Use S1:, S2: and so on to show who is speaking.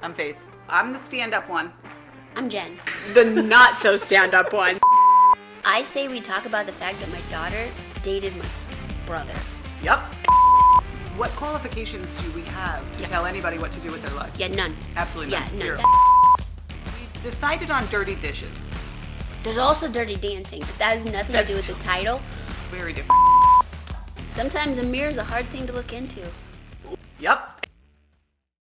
S1: I'm Faith. I'm the stand up one.
S2: I'm Jen.
S3: The not so stand up one.
S2: I say we talk about the fact that my daughter dated my brother.
S1: Yep. What qualifications do we have to tell anybody what to do with their life?
S2: Yeah, none.
S1: Absolutely
S2: Yeah,
S1: none.
S2: none.
S1: Zero.
S2: That-
S1: We decided on dirty dishes.
S2: there's also dirty dancing, but that has nothing to do with the title.
S1: Very different.
S2: Sometimes a mirror is a hard thing to look into.
S1: Yep.